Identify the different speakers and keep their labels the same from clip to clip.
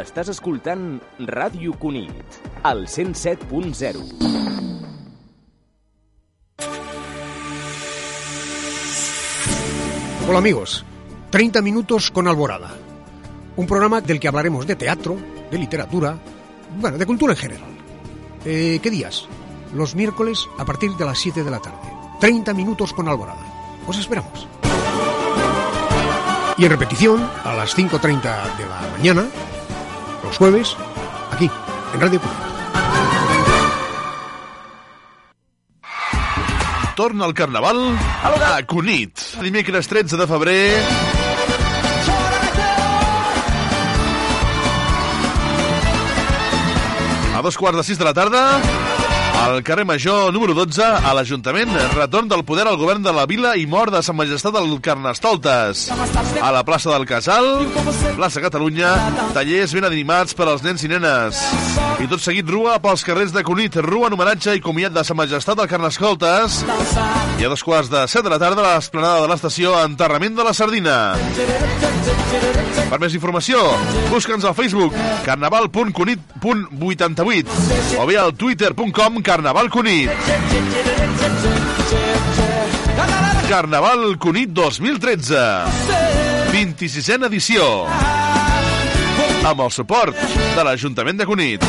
Speaker 1: Estàs escoltant Ràdio Cunit, al 107.0.
Speaker 2: Hola amigos, 30 minutos con Alborada, un programa del que hablaremos de teatro, de literatura, bueno, de cultura en general. Eh, ¿Qué días? Los miércoles a partir de las 7 de la tarde. 30 minutos con Alborada. Os esperamos. Y en repetición, a las 5.30 de la mañana, los jueves, aquí, en Radio Pública.
Speaker 3: Torna el carnaval a Cunit. Dimecres 13 de febrer... A dos quarts de sis de la tarda, al carrer Major número 12, a l'Ajuntament, retorn del poder al govern de la vila i mort de Sant Majestat del Carnestoltes. A la plaça del Casal, plaça Catalunya, tallers ben animats per als nens i nenes. I tot seguit rua pels carrers de Cunit, rua en homenatge i comiat de Sant Majestat del Carnestoltes. I a dos quarts de set de la tarda, a l'esplanada de l'estació, enterrament de la sardina. Per més informació, busca'ns al Facebook carnaval.cunit.88 o bé al twitter.com carnavalcunit. Carnaval Cunit 2013 26a edició amb el suport de l'Ajuntament de Cunit.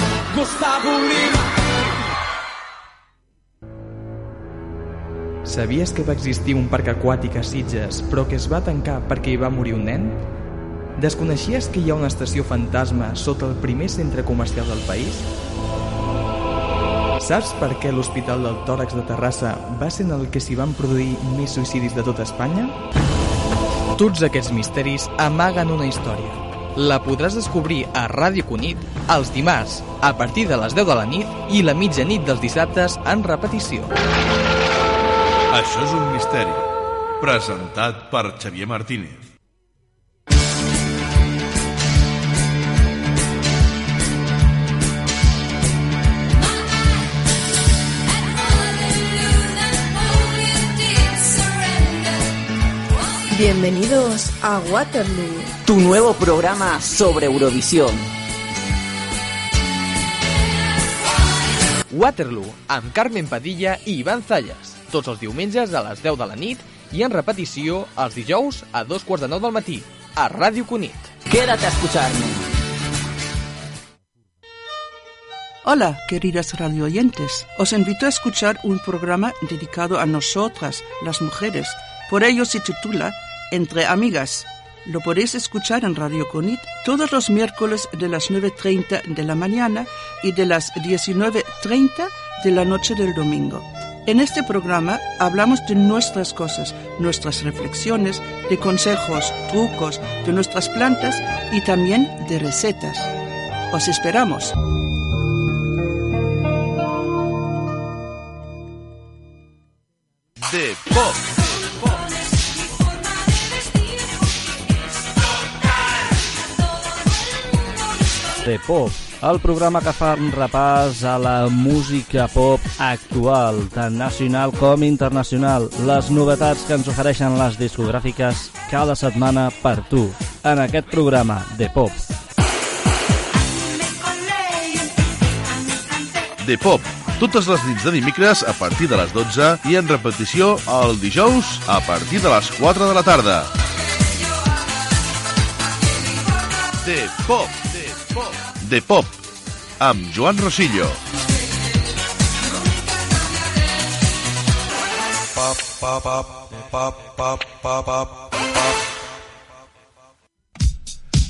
Speaker 4: Sabies que va existir un parc aquàtic a Sitges, però que es va tancar perquè hi va morir un nen? Desconeixies que hi ha una estació fantasma sota el primer centre comercial del país? Saps per què l'Hospital del Tòrax de Terrassa va ser en el que s'hi van produir més suïcidis de tota Espanya? Tots aquests misteris amaguen una història. La podràs descobrir a Ràdio Cunit els dimarts, a partir de les 10 de la nit i la mitjanit dels dissabtes en repetició.
Speaker 3: Això és un misteri. Presentat per Xavier Martínez.
Speaker 5: Bienvenidos a Waterloo.
Speaker 6: Tu nuevo programa sobre Eurovisión.
Speaker 4: Waterloo, amb Carmen Padilla i Ivan Zayas. Tots els diumenges a les 10 de la nit i en repetició els dijous a dos quarts de nou del matí a Ràdio Cunit.
Speaker 6: Quédate a escucharme.
Speaker 7: Hola, queridas radioyentes. Os invito a escuchar un programa dedicado a nosotras, las mujeres. Por ello se titula Entre Amigas. Lo podéis escuchar en Radio Conit todos los miércoles de las 9.30 de la mañana y de las 19.30 de la noche del domingo. En este programa hablamos de nuestras cosas, nuestras reflexiones, de consejos, trucos, de nuestras plantas y también de recetas. Os esperamos.
Speaker 3: de pop.
Speaker 8: de Pop, el programa que fa un repàs a la música pop actual, tant nacional com internacional, les novetats que ens ofereixen les discogràfiques cada setmana per tu, en aquest programa de Pop.
Speaker 3: de pop totes les nits de dimecres a partir de les 12 i en repetició el dijous a partir de les 4 de la tarda. De pop, de pop, de pop, amb Joan Rosillo.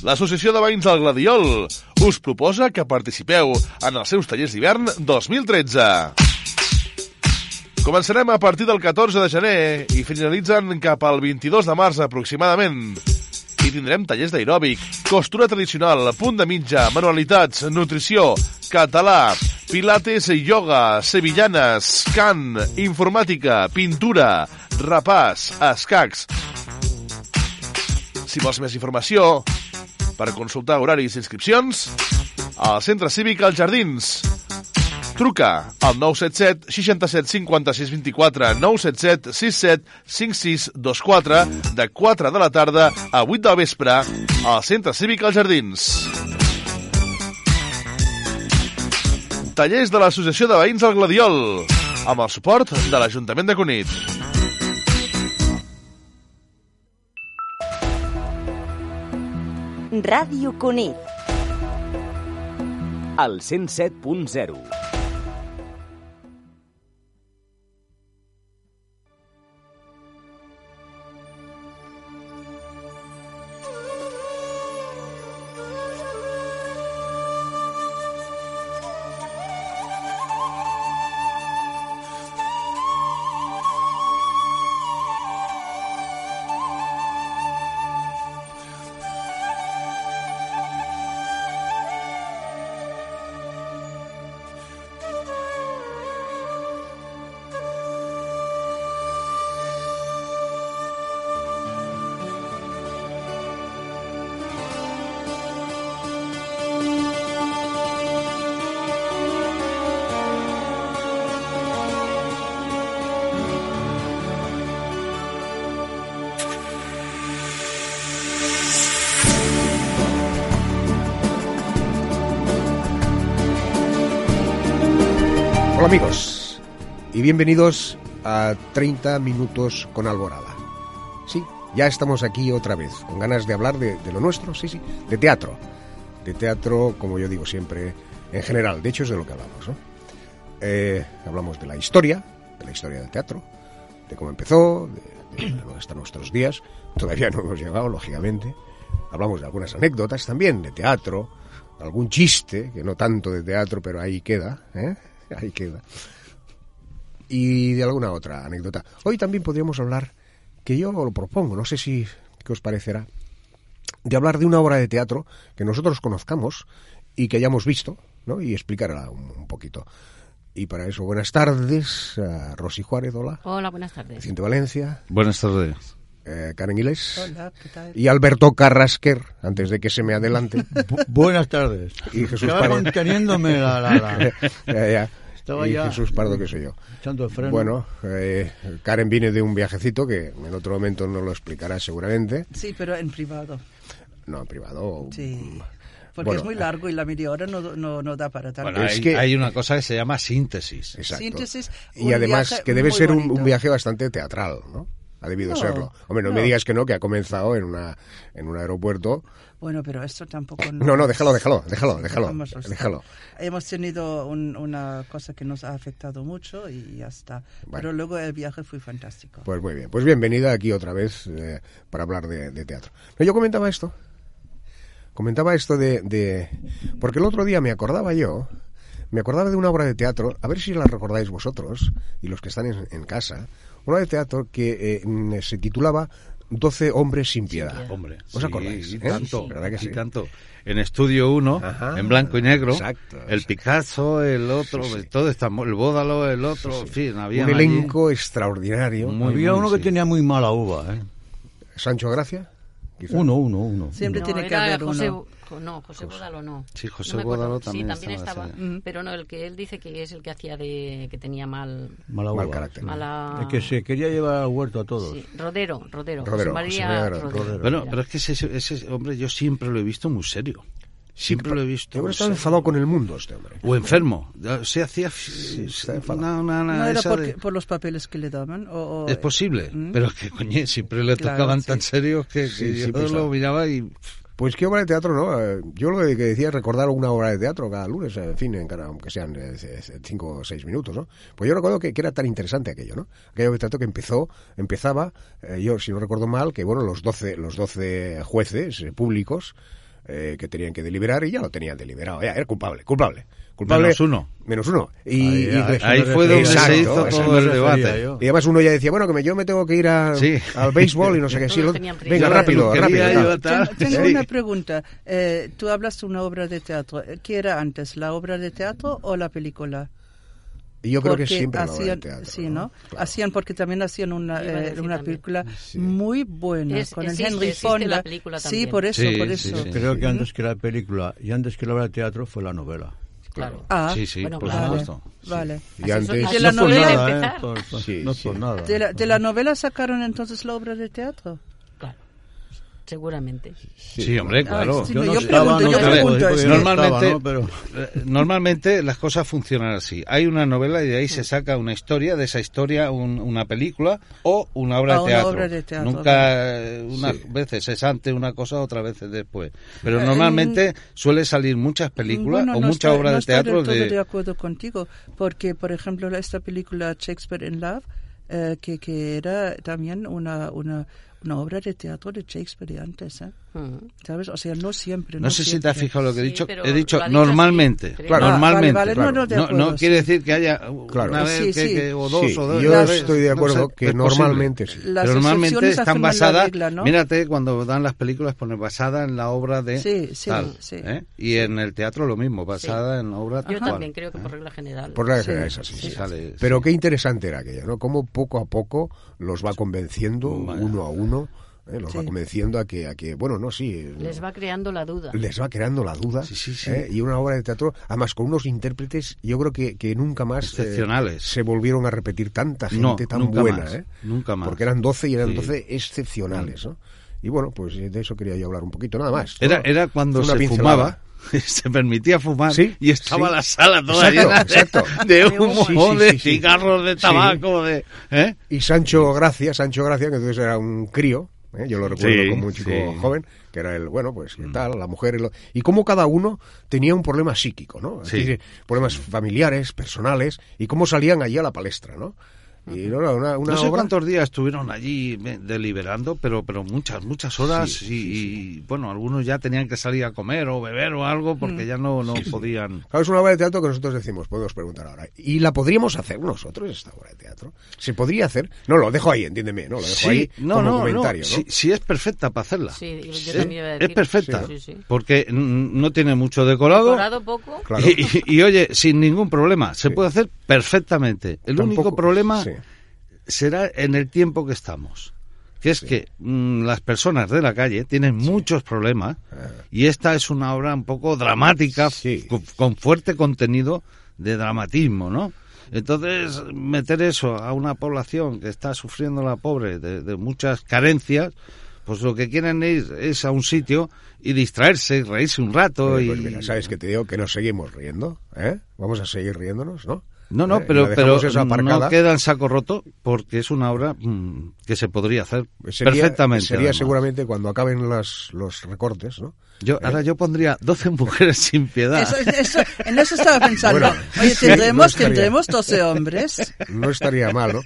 Speaker 3: L'Associació de Veïns del Gladiol us proposa que participeu en els seus tallers d'hivern 2013. Començarem a partir del 14 de gener i finalitzen cap al 22 de març aproximadament. i tindrem tallers d'aeròbic, costura tradicional, punt de mitja, manualitats, nutrició, català, pilates i ioga, sevillanes, cant, informàtica, pintura, repàs, escacs. Si vols més informació, per consultar horaris i inscripcions, al Centre Cívic als Jardins. Truca al 977 67 56 24 977 67 56 24 de 4 de la tarda a 8 del vespre al Centre Cívic als Jardins. Tallers de l'Associació de Veïns del Gladiol amb el suport de l'Ajuntament de Cunit.
Speaker 9: Ràdio Cunit.
Speaker 1: al 107.0.
Speaker 2: Hola amigos y bienvenidos a 30 minutos con Alborada. Sí, ya estamos aquí otra vez, con ganas de hablar de, de lo nuestro, sí, sí, de teatro. De teatro, como yo digo siempre, en general, de hecho es de lo que hablamos. ¿no? Eh, hablamos de la historia, de la historia del teatro, de cómo empezó, de, de hasta nuestros días, todavía no hemos llegado, lógicamente. Hablamos de algunas anécdotas también, de teatro, algún chiste, que no tanto de teatro, pero ahí queda, ¿eh? ahí queda. Y de alguna otra anécdota. Hoy también podríamos hablar, que yo lo propongo, no sé si qué os parecerá, de hablar de una obra de teatro que nosotros conozcamos y que hayamos visto, ¿no? Y explicarla un, un poquito. Y para eso, buenas tardes a Rosy Juárez, hola.
Speaker 10: Hola, buenas tardes.
Speaker 2: Vicente Valencia,
Speaker 11: Buenas tardes.
Speaker 2: eh, Karen Iles.
Speaker 10: Hola, ¿qué tal?
Speaker 2: Y Alberto Carrasquer, antes de que se me adelante.
Speaker 12: buenas tardes.
Speaker 2: Y Jesús
Speaker 12: Estaba
Speaker 2: Pardo.
Speaker 12: conteniéndome la- la- la-
Speaker 2: Ya, ya.
Speaker 12: Estaba
Speaker 2: Y
Speaker 12: ya
Speaker 2: Jesús Pardo, que soy yo.
Speaker 12: echando el freno.
Speaker 2: Bueno, eh, Karen viene de un viajecito que en otro momento no lo explicará seguramente.
Speaker 7: Sí, pero en privado.
Speaker 2: No, en privado.
Speaker 7: Sí. Porque
Speaker 2: Bueno,
Speaker 7: es muy largo y la media hora no, no, no da para tanto.
Speaker 11: Bueno, hay, hay una cosa que se llama síntesis.
Speaker 2: Exacto.
Speaker 7: Síntesis,
Speaker 2: Y
Speaker 7: un
Speaker 2: además
Speaker 7: viaje
Speaker 2: que debe
Speaker 7: muy
Speaker 2: ser un,
Speaker 7: bonito.
Speaker 2: un viaje bastante teatral, ¿no? Ha debido
Speaker 7: No,
Speaker 2: serlo. Hombre, no,
Speaker 7: no.
Speaker 2: me digas que no, que ha comenzado en una en un aeropuerto.
Speaker 7: Bueno, pero esto tampoco...
Speaker 2: No, no, déjalo, déjalo, déjalo,
Speaker 7: Sí,
Speaker 2: déjalo,
Speaker 7: dejémoslo estar.
Speaker 2: déjalo.
Speaker 7: Hemos tenido un- una cosa que nos ha afectado mucho y ya está. Pero luego el viaje fue fantástico.
Speaker 2: Pues muy bien, pues bienvenida aquí otra vez eh, para hablar de, de teatro. No, yo comentaba esto, comentaba esto de, de- Porque el otro día me acordaba yo, me acordaba de una obra de teatro, a ver si la recordáis vosotros y los que están en, en casa, una obra de teatro que eh, mm, se titulaba 12 hombres sin piedad.
Speaker 11: Hombre,
Speaker 2: ¿Os
Speaker 11: sí,
Speaker 2: acordáis?
Speaker 11: y
Speaker 2: eh?
Speaker 11: tanto,
Speaker 2: ¿Verdad que
Speaker 11: y
Speaker 2: sí?
Speaker 11: tanto. En Estudio 1,
Speaker 2: Ajá,
Speaker 11: en blanco y negro,
Speaker 2: exacto,
Speaker 11: el Picasso, el otro, todo está, el Bódalo, el otro, en fin, había
Speaker 2: Un elenco extraordinario.
Speaker 11: Muy, Había muy, uno que sí.
Speaker 12: tenía muy mala uva, ¿eh?
Speaker 2: Sancho Gracia. quizá.
Speaker 12: Uno, uno, uno.
Speaker 7: Siempre
Speaker 10: No,
Speaker 7: tiene que
Speaker 10: era
Speaker 7: haber
Speaker 10: José,
Speaker 7: uno.
Speaker 10: Jo- No, José Bódalo no.
Speaker 11: Sí, José
Speaker 10: No me acuerdo.
Speaker 11: Bódalo
Speaker 10: Sí,
Speaker 11: también
Speaker 10: también
Speaker 11: estaba,
Speaker 10: estaba.
Speaker 11: sí.
Speaker 10: Mm, Pero no, el que él dice que es el que hacía de... que tenía mal...
Speaker 12: Mala
Speaker 2: Mal
Speaker 12: uva.
Speaker 2: carácter.
Speaker 10: Mala-
Speaker 12: El que se quería llevar al huerto a todos.
Speaker 10: Sí, Rodero, Rodero.
Speaker 2: Rodero,
Speaker 10: José María,
Speaker 2: José María Rodero.
Speaker 10: Rodero.
Speaker 11: Bueno, pero es que ese, ese hombre yo siempre lo he visto muy serio. Siempre lo he visto. Pues,
Speaker 2: Yo
Speaker 11: muy
Speaker 2: estaba
Speaker 11: serio.
Speaker 2: enfadado con el mundo este hombre.
Speaker 11: O enfermo. Se hacía. una- una- una-
Speaker 7: ¿No era
Speaker 11: esa
Speaker 7: porque-
Speaker 11: de-
Speaker 7: por los papeles que le daban? O, o-
Speaker 11: Es posible,
Speaker 7: ¿Mm?
Speaker 11: pero que coño, siempre le
Speaker 7: Claro,
Speaker 11: tocaban
Speaker 7: sí.
Speaker 11: tan serios que, que
Speaker 2: Sí,
Speaker 11: yo
Speaker 2: sí, pues,
Speaker 11: lo
Speaker 2: claro.
Speaker 11: miraba y
Speaker 2: Pues qué obra de teatro, ¿no? Eh, Yo lo que decía es recordar una obra de teatro cada lunes, eh, en fin, en cada- aunque sean eh, c- c- cinco o seis minutos, ¿no? Pues yo recuerdo que, que era tan interesante aquello, ¿no? Aquello de teatro que empezó, empezaba, eh, yo si no recuerdo mal, que bueno, los 12, los 12 jueces eh, públicos eh, que tenían que deliberar y ya lo tenían deliberado. Ya, era culpable, culpable. culpable
Speaker 7: Menos uno.
Speaker 2: Menos uno. Y,
Speaker 7: Ahí-
Speaker 2: y-
Speaker 7: ahí- ahí fue donde se hizo todo el
Speaker 2: Me refería
Speaker 7: debate.
Speaker 2: yo. Y además uno ya decía, bueno, que me- yo me tengo que ir a- al béisbol y no sé qué. Sí, lo- venga,
Speaker 7: Yo la
Speaker 2: rápido,
Speaker 7: peluquería,
Speaker 2: rápido.
Speaker 7: yo tal.
Speaker 2: Sí.
Speaker 7: Sí.
Speaker 13: Tengo una pregunta. Eh, tú hablas de una obra de teatro. Eh, ¿Qué era antes, la obra de teatro o la película?
Speaker 2: Y yo creo que
Speaker 13: Porque
Speaker 2: siempre la obra de
Speaker 13: hacían-
Speaker 2: teatro,
Speaker 13: Sí, ¿no? Hacían, porque también hacían una,
Speaker 10: Iba a
Speaker 13: eh,
Speaker 10: decir
Speaker 13: una
Speaker 10: también.
Speaker 13: película muy buena
Speaker 10: Es-
Speaker 13: con el
Speaker 10: existe-
Speaker 13: Henry
Speaker 10: existe
Speaker 13: Fonda.
Speaker 10: la película
Speaker 13: sí,
Speaker 10: también.
Speaker 13: por eso,
Speaker 3: Sí,
Speaker 13: por
Speaker 3: sí,
Speaker 13: eso.
Speaker 3: sí. Creo que
Speaker 13: ¿Mm?
Speaker 3: antes que la película y antes que la obra de teatro fue la novela.
Speaker 10: Claro.
Speaker 13: Ah,
Speaker 3: Sí, sí, por
Speaker 13: vale,
Speaker 3: supuesto.
Speaker 13: Vale.
Speaker 3: Sí.
Speaker 13: Así
Speaker 3: antes-
Speaker 13: son- de
Speaker 3: No
Speaker 13: la
Speaker 3: por
Speaker 13: novela,
Speaker 3: nada, ¿eh? Por-
Speaker 2: Pues
Speaker 3: por- no por nada.
Speaker 13: de, la, de la novela sacaron entonces la obra de teatro.
Speaker 10: seguramente.
Speaker 7: Sí, hombre, claro.
Speaker 13: sí, no, yo pregunto, yo
Speaker 7: A ver,
Speaker 13: pregunto eso.
Speaker 7: Normalmente,
Speaker 3: Estaba, ¿no? Pero-
Speaker 7: eh, normalmente las cosas funcionan así. Hay una novela y de ahí se saca una historia, de esa historia un- una película o una obra,
Speaker 13: Ah,
Speaker 7: de,
Speaker 13: una
Speaker 7: teatro.
Speaker 13: obra de teatro,
Speaker 7: Nunca, eh, unas veces es antes una cosa, otras veces después. Pero
Speaker 13: Eh,
Speaker 7: normalmente suele salir muchas películas
Speaker 13: Bueno,
Speaker 7: o
Speaker 13: no
Speaker 7: muchas
Speaker 13: estoy-
Speaker 7: obras
Speaker 13: no
Speaker 7: de
Speaker 13: estoy
Speaker 7: teatro
Speaker 13: del todo
Speaker 7: de...
Speaker 13: de acuerdo contigo, porque, por ejemplo, la- esta película Shakespeare in Love, eh, que, que era también una, una, una obra de teatro de Shakespeare de antes, ¿eh? ¿Sabes? O sea, no siempre.
Speaker 7: No, sé si te has fijado lo que he dicho.
Speaker 13: pero
Speaker 7: He
Speaker 13: lo
Speaker 7: dicho
Speaker 13: ha dicho
Speaker 7: normalmente.
Speaker 13: así, creo. Claro.
Speaker 7: Normalmente.
Speaker 13: Ah, vale, vale, no, no, de
Speaker 7: no,
Speaker 13: acuerdo,
Speaker 7: no quiere decir que haya
Speaker 2: Claro.
Speaker 7: una vez
Speaker 2: Sí,
Speaker 7: que,
Speaker 2: sí.
Speaker 7: que- o dos
Speaker 2: Sí,
Speaker 7: o dos.
Speaker 2: yo
Speaker 7: tres,
Speaker 2: estoy de acuerdo que
Speaker 7: es posible.
Speaker 2: normalmente sí.
Speaker 13: Las
Speaker 7: Pero normalmente
Speaker 13: excepciones
Speaker 7: están
Speaker 13: afirman la
Speaker 7: basadas.
Speaker 13: regla, ¿no?
Speaker 7: Mírate cuando dan las películas, pone basada en la obra de.
Speaker 13: Sí, sí,
Speaker 7: tal,
Speaker 13: sí.
Speaker 7: ¿eh? Y en el teatro lo mismo, basada en la obra.
Speaker 10: Yo
Speaker 7: tal.
Speaker 10: también creo que por regla general.
Speaker 2: Por la general es así. sí.
Speaker 7: Sale-
Speaker 2: Pero qué interesante era aquella, ¿no? Cómo poco a poco los va convenciendo uno a uno, ¿eh? los va
Speaker 10: Sí.
Speaker 2: convenciendo a que, a que, bueno, no, sí,
Speaker 10: Les va creando la duda.
Speaker 2: les va creando la duda.
Speaker 7: sí.
Speaker 2: ¿eh? Y una obra de teatro, además con unos intérpretes, yo creo que, que nunca más eh,
Speaker 7: Excepcionales.
Speaker 2: se volvieron a repetir tanta gente
Speaker 7: No,
Speaker 2: tan
Speaker 7: nunca
Speaker 2: buena.
Speaker 7: más,
Speaker 2: ¿eh?
Speaker 7: nunca más.
Speaker 2: Porque eran 12 y eran
Speaker 7: Sí.
Speaker 2: 12 excepcionales, ¿no? Y bueno, pues eh, de eso quería yo hablar un poquito, nada más.
Speaker 7: Era,
Speaker 2: ¿no?
Speaker 7: era cuando
Speaker 2: Una
Speaker 7: se
Speaker 2: pincelada.
Speaker 7: fumaba, se permitía fumar
Speaker 2: Sí,
Speaker 7: y estaba
Speaker 2: sí.
Speaker 7: la sala toda
Speaker 2: Exacto,
Speaker 7: llena de-
Speaker 2: exacto.
Speaker 7: de humo,
Speaker 2: Sí, sí,
Speaker 7: de
Speaker 2: sí, sí.
Speaker 7: cigarros, de
Speaker 2: Sí.
Speaker 7: tabaco, de... ¿eh?
Speaker 2: Y Sancho Gracia, Sancho Gracia, que entonces era un crío, ¿eh? yo lo recuerdo
Speaker 7: Sí, Mm.
Speaker 2: como un chico
Speaker 7: sí.
Speaker 2: joven, que era el, bueno, pues qué tal, la mujer, y, lo- y cómo cada uno tenía un problema psíquico, ¿no? Es
Speaker 7: Sí.
Speaker 2: decir, problemas familiares, personales, y cómo salían allí a la palestra, ¿no? Y no, no, una, una
Speaker 7: no sé
Speaker 2: obra-
Speaker 7: cuántos días estuvieron allí eh, deliberando, pero pero muchas, muchas horas y, y, bueno, algunos ya tenían que salir a comer o beber o algo porque
Speaker 10: Mm.
Speaker 7: ya no, no podían...
Speaker 2: Claro, es una obra de teatro que nosotros decimos, podemos preguntar ahora. ¿Y la podríamos hacer nosotros, esta obra de teatro? ¿Se podría hacer? No, lo dejo ahí, entiéndeme, no, lo dejo
Speaker 7: Sí,
Speaker 2: ahí
Speaker 7: no,
Speaker 2: como
Speaker 7: no,
Speaker 2: comentario,
Speaker 7: no,
Speaker 2: ¿no?
Speaker 7: si, si es perfecta para hacerla.
Speaker 10: Sí, yo
Speaker 7: Sí.
Speaker 10: también iba a decir.
Speaker 7: es perfecta,
Speaker 10: Sí, sí.
Speaker 7: porque mm, no tiene mucho decorado.
Speaker 10: Decorado poco.
Speaker 2: Claro.
Speaker 7: Y, y- y, oye, sin ningún problema, se puede hacer perfectamente. El único
Speaker 2: Tampoco-
Speaker 7: problema
Speaker 2: sí.
Speaker 7: será en el tiempo que estamos. Que es que mm, las personas de la calle tienen muchos problemas
Speaker 2: Ah.
Speaker 7: y esta es una obra un poco dramática, con, con fuerte contenido de dramatismo, ¿no? Entonces, meter eso a una población que está sufriendo la pobre de, de muchas carencias, pues lo que quieren es, es a un sitio y distraerse, y reírse un rato.
Speaker 2: Oye,
Speaker 7: y...
Speaker 2: pues mira, ¿sabes que te digo? Que nos seguimos riendo, ¿eh? Vamos a seguir riéndonos, ¿no?
Speaker 7: No,
Speaker 2: Eh,
Speaker 7: no,
Speaker 2: la
Speaker 7: pero, pero
Speaker 2: dejamos esa aparcada.
Speaker 7: no queda en saco roto porque es una obra mm, que se podría hacer
Speaker 2: Sería-
Speaker 7: perfectamente.
Speaker 2: Sería
Speaker 7: además.
Speaker 2: seguramente cuando acaben las, los recortes, ¿no?
Speaker 7: Yo, ahora yo pondría 12 mujeres sin piedad.
Speaker 13: Eso- eso- en eso estaba pensando.
Speaker 2: Bueno,
Speaker 13: Oye,
Speaker 2: sí, no
Speaker 13: tendremos,
Speaker 2: estaría-
Speaker 13: tendremos 12 hombres.
Speaker 2: No estaría mal, ¿no?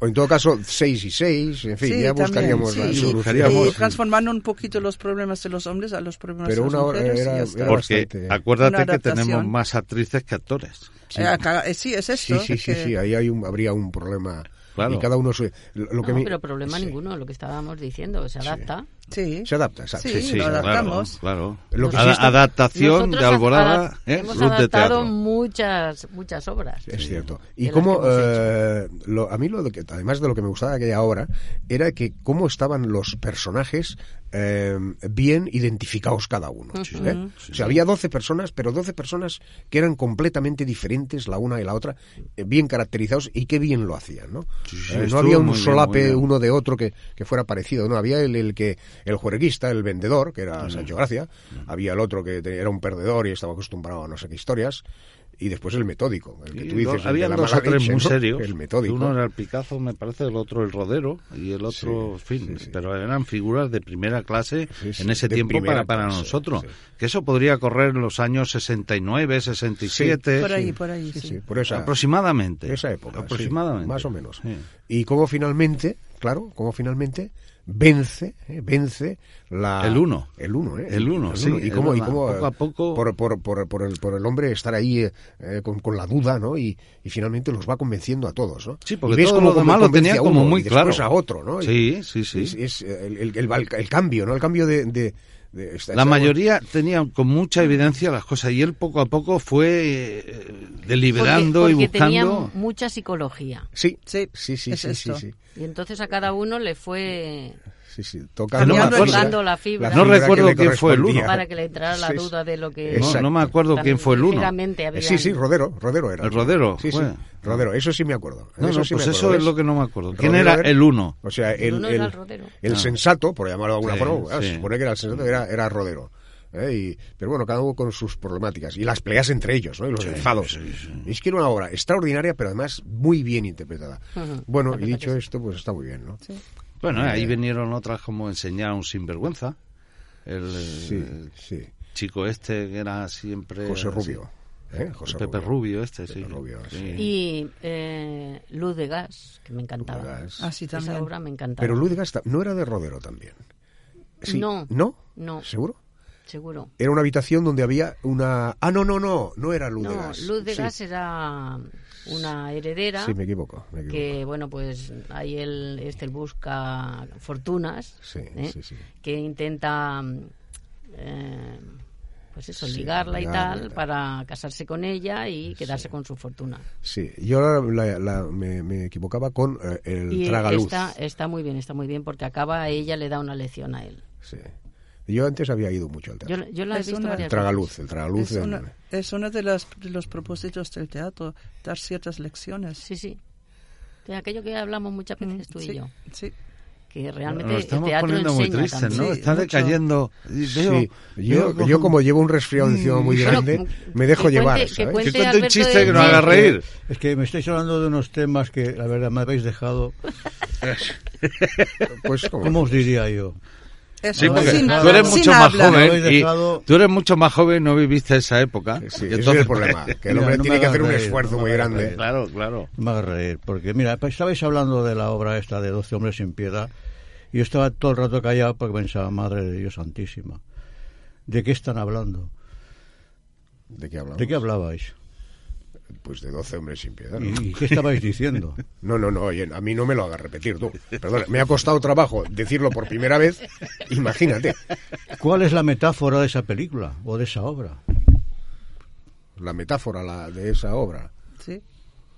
Speaker 2: O en todo caso, 6 y 6, en fin,
Speaker 13: Sí,
Speaker 2: ya
Speaker 13: también,
Speaker 2: buscaríamos
Speaker 13: sí.
Speaker 2: la
Speaker 13: Y-
Speaker 2: solución.
Speaker 13: y transformando un poquito los problemas de los hombres a los problemas
Speaker 2: Pero
Speaker 13: de las
Speaker 2: una hora
Speaker 13: mujeres. y
Speaker 2: era-
Speaker 13: ya está.
Speaker 2: era
Speaker 7: porque
Speaker 2: bastante-
Speaker 13: Una
Speaker 7: acuérdate que
Speaker 13: adaptación.
Speaker 7: tenemos más actrices que actores.
Speaker 13: Eh, acá- eh, sí, es
Speaker 2: Sí,
Speaker 13: esto.
Speaker 2: sí, sí,
Speaker 13: que-
Speaker 2: sí, ahí hay un, habría un problema.
Speaker 7: Claro.
Speaker 2: Y cada uno se... Lo lo que
Speaker 10: no,
Speaker 2: mi-
Speaker 10: pero problema ninguno, lo que estábamos diciendo, se adapta.
Speaker 13: Sí.
Speaker 2: Se adapta, exacto.
Speaker 10: Sí, lo
Speaker 7: claro,
Speaker 10: adaptamos.
Speaker 7: Claro.
Speaker 2: Lo que
Speaker 7: Ada-
Speaker 2: sí está-
Speaker 7: Adaptación de
Speaker 10: Nosotros
Speaker 7: Alborada,
Speaker 10: adap-
Speaker 7: ¿eh?
Speaker 10: hemos
Speaker 7: Luz de
Speaker 10: adaptado
Speaker 7: Teatro.
Speaker 10: muchas muchas obras.
Speaker 2: Es cierto. Y
Speaker 10: de las
Speaker 2: cómo,
Speaker 10: que hemos
Speaker 2: eh, lo- a mí lo de que, además de lo que me gustaba de aquella obra, era que cómo estaban los personajes eh, bien identificados cada uno.
Speaker 10: Ujú.
Speaker 2: ¿eh? O sea, había 12 personas, pero 12 personas que eran completamente diferentes la una y la otra, eh, bien caracterizados y qué bien lo hacían, ¿no?
Speaker 7: sí,
Speaker 2: Eh, no
Speaker 7: estuvo
Speaker 2: había
Speaker 7: muy
Speaker 2: un
Speaker 7: bien,
Speaker 2: solape
Speaker 7: muy bien.
Speaker 2: uno de otro que, que fuera parecido, ¿no? Había el, el que, el juerguista, el vendedor, que
Speaker 7: Mm.
Speaker 2: era Sancho Gracia, había el otro que te- era un perdedor y estaba acostumbrado a no sé qué historias, y después el metódico, el que
Speaker 7: Y
Speaker 2: tú dices,
Speaker 7: dos-
Speaker 2: el de
Speaker 7: había
Speaker 2: la
Speaker 7: dos o
Speaker 2: mala
Speaker 7: tres
Speaker 2: leche,
Speaker 7: muy
Speaker 2: ¿no?
Speaker 7: serios.
Speaker 2: El metódico.
Speaker 7: Uno era el Picazo, me parece, el otro el Rodero y el otro, en fin, pero eran figuras de primera clase
Speaker 2: sí,
Speaker 7: en ese
Speaker 2: de
Speaker 7: tiempo
Speaker 2: primera
Speaker 7: para, para
Speaker 2: clase,
Speaker 7: nosotros. Que eso podría correr en los años 69, 67.
Speaker 13: Por ahí, por ahí. Sí,
Speaker 2: Sí, por esa,
Speaker 7: Aproximadamente.
Speaker 2: esa época. sí,
Speaker 7: Aproximadamente.
Speaker 2: más o menos.
Speaker 7: Sí.
Speaker 2: Y cómo finalmente, claro, cómo finalmente vence, eh, vence la...
Speaker 11: El uno.
Speaker 2: El uno, ¿eh?
Speaker 11: El uno, sí,
Speaker 2: Y
Speaker 11: es
Speaker 2: cómo, y
Speaker 11: verdad.
Speaker 2: cómo,
Speaker 11: Poco a
Speaker 2: eh, Por, por, por, por el, por el hombre estar ahí eh, eh, con, con la duda, ¿no? Y, y finalmente los va convenciendo a todos, ¿no?
Speaker 11: Sí, porque
Speaker 2: y ves
Speaker 11: todo
Speaker 2: cómo
Speaker 11: lo demás lo
Speaker 2: convence
Speaker 11: tenía
Speaker 2: a
Speaker 11: como
Speaker 2: uno
Speaker 11: muy
Speaker 2: y después
Speaker 11: claro.
Speaker 2: a otro, ¿no?
Speaker 11: Sí,
Speaker 2: Y
Speaker 11: sí, sí.
Speaker 2: Es, es el, el, el- el cambio, ¿no? El cambio de... de- de- está-
Speaker 11: La
Speaker 2: está-
Speaker 11: mayoría tenía con mucha evidencia las cosas y él poco a poco fue eh, deliberando
Speaker 10: porque, porque
Speaker 11: y buscando.
Speaker 10: tenía mucha psicología.
Speaker 2: Sí, sí, sí, sí, sí, sí, sí,
Speaker 10: Y entonces a cada uno le fue
Speaker 2: sí, sí, tocando
Speaker 11: no me
Speaker 2: la
Speaker 11: acuerdo.
Speaker 2: fibra.
Speaker 10: dando la fibra.
Speaker 11: La No fibra recuerdo que le quién fue el
Speaker 2: correspondía.
Speaker 11: uno.
Speaker 10: Para que le entrara la
Speaker 2: Sí, sí.
Speaker 10: duda de lo que...
Speaker 2: Exacto.
Speaker 11: no me acuerdo
Speaker 10: tan
Speaker 11: quién fue el uno.
Speaker 10: ligeramente habían-
Speaker 2: Eh, Sí, sí, Rodero, Rodero era.
Speaker 11: El Rodero,
Speaker 2: Sí, sí,
Speaker 11: bueno.
Speaker 2: Rodero, eso sí me acuerdo.
Speaker 11: No, no,
Speaker 2: sí
Speaker 11: pues
Speaker 2: me
Speaker 11: eso
Speaker 2: acuerdo,
Speaker 11: es
Speaker 2: ¿ves?
Speaker 11: lo que no me acuerdo. ¿Quién
Speaker 2: Rodero
Speaker 11: era el uno?
Speaker 2: O sea, el,
Speaker 10: El uno era
Speaker 2: el-
Speaker 10: el Rodero.
Speaker 2: el
Speaker 11: Ah.
Speaker 2: sensato, por llamarlo de alguna
Speaker 11: Sí,
Speaker 2: forma, bueno,
Speaker 11: sí.
Speaker 2: se supone que era el sensato, era, era Rodero. ¿eh? Y- pero bueno, cada uno con sus problemáticas y las peleas entre ellos, ¿no? Y los enfados. Es que era una obra extraordinaria, pero además muy bien interpretada.
Speaker 10: Ujú.
Speaker 2: Bueno,
Speaker 10: La
Speaker 2: y
Speaker 10: verdad
Speaker 2: dicho
Speaker 10: que sí.
Speaker 2: esto, pues está muy bien, ¿no?
Speaker 11: Bueno,
Speaker 2: Eh,
Speaker 11: ahí vinieron otras como enseñar a un sinvergüenza. El, el
Speaker 2: sí.
Speaker 11: chico este que era siempre...
Speaker 2: José
Speaker 11: así.
Speaker 2: Rubio, ¿eh? José
Speaker 11: Pepe Rubio,
Speaker 2: Rubio.
Speaker 11: este, sí. Sí.
Speaker 10: Y eh, Luz de Gas, que me encantaba.
Speaker 2: de Gas.
Speaker 7: Ah, sí, también.
Speaker 10: Esa obra me encantaba.
Speaker 2: Pero Ludwig hasta- no era de Rodero también. Sí.
Speaker 10: No.
Speaker 2: ¿No?
Speaker 10: No.
Speaker 2: ¿Seguro?
Speaker 10: Seguro.
Speaker 2: Era una habitación donde había una... Ah, no, no, no, no era Luz de
Speaker 10: no,
Speaker 2: Gas.
Speaker 10: Luz de
Speaker 2: Sí.
Speaker 10: Gas era una heredera.
Speaker 2: Sí, me equivoco, me equivoco.
Speaker 10: Que, bueno, pues ahí él, este, él busca fortunas.
Speaker 2: Sí,
Speaker 10: ¿eh?
Speaker 2: sí, sí.
Speaker 10: Que intenta, mm, eh, pues eso,
Speaker 2: Sí,
Speaker 10: ligarla y
Speaker 2: ligarla y
Speaker 10: tal,
Speaker 2: tal.
Speaker 10: para casarse con ella y quedarse con su fortuna.
Speaker 2: Sí, yo la- la- la- me, me equivocaba con eh, el
Speaker 10: y
Speaker 2: tragaluz.
Speaker 10: está, está muy bien, está muy bien, porque acaba, ella le da una lección a él.
Speaker 2: Sí. Yo antes había ido mucho al
Speaker 10: Yo,
Speaker 2: teatro.
Speaker 10: yo la he
Speaker 7: Es
Speaker 10: visto
Speaker 7: una-
Speaker 10: varias
Speaker 2: El tragaluz, el tragaluz.
Speaker 7: Es
Speaker 2: del-
Speaker 7: una- es uno de, las- de los propósitos del teatro, dar ciertas lecciones.
Speaker 10: Sí, sí. De aquello que hablamos muchas veces tú
Speaker 7: Mm, Sí,
Speaker 10: y yo.
Speaker 7: sí.
Speaker 10: Que
Speaker 11: Nos
Speaker 10: realmente el
Speaker 11: estamos
Speaker 10: teatro
Speaker 11: poniendo muy
Speaker 10: enseña
Speaker 11: tristes,
Speaker 10: también.
Speaker 11: ¿no? Está decayendo. Y veo-
Speaker 2: Sí, yo,
Speaker 11: veo
Speaker 2: yo como llevo un resfriado encima muy
Speaker 10: Bueno,
Speaker 2: grande,
Speaker 10: que
Speaker 2: me dejo
Speaker 10: cuente-
Speaker 2: llevar,
Speaker 10: Mm, que
Speaker 2: ¿sabes?
Speaker 10: cuente
Speaker 11: Que cuente un
Speaker 10: Alberto
Speaker 11: chiste
Speaker 10: de-
Speaker 11: que no haga reír.
Speaker 12: Es que me estáis hablando de unos temas que, la verdad, me habéis dejado.
Speaker 2: Pues como...
Speaker 12: ¿Cómo os diría yo?
Speaker 7: Eso,
Speaker 11: Sí, porque
Speaker 7: sin-
Speaker 11: tú eres
Speaker 7: sin
Speaker 11: mucho más
Speaker 7: hablar.
Speaker 12: Me
Speaker 11: joven
Speaker 12: habéis
Speaker 11: y
Speaker 12: dejado-
Speaker 11: tú eres mucho más joven y no viviste esa época.
Speaker 2: Sí,
Speaker 11: Y
Speaker 2: ese es
Speaker 11: entonces-
Speaker 2: el problema, que el
Speaker 12: Mira,
Speaker 2: hombre
Speaker 12: no me
Speaker 2: tiene que
Speaker 12: hagas
Speaker 2: hacer un
Speaker 12: reír,
Speaker 2: esfuerzo
Speaker 12: no me
Speaker 2: muy
Speaker 12: hagas
Speaker 2: grande.
Speaker 12: reír.
Speaker 11: Claro, claro.
Speaker 12: Me hagas reír, porque mira, pues, estabais hablando de la obra esta de 12 hombres sin piedad y yo estaba todo el rato callado porque pensaba, madre de Dios santísima, ¿de qué están hablando?
Speaker 2: ¿De qué hablamos?
Speaker 12: ¿De qué hablabais?
Speaker 2: Pues de 12 hombres sin piedad. ¿no?
Speaker 12: ¿Y, y qué estabais diciendo?
Speaker 2: No, no, no, oye, a mí no me lo hagas repetir tú. Perdona, me ha costado trabajo decirlo por primera vez, imagínate.
Speaker 12: ¿Cuál es la metáfora de esa película o de esa obra?
Speaker 2: La metáfora la, de esa obra,
Speaker 7: Sí,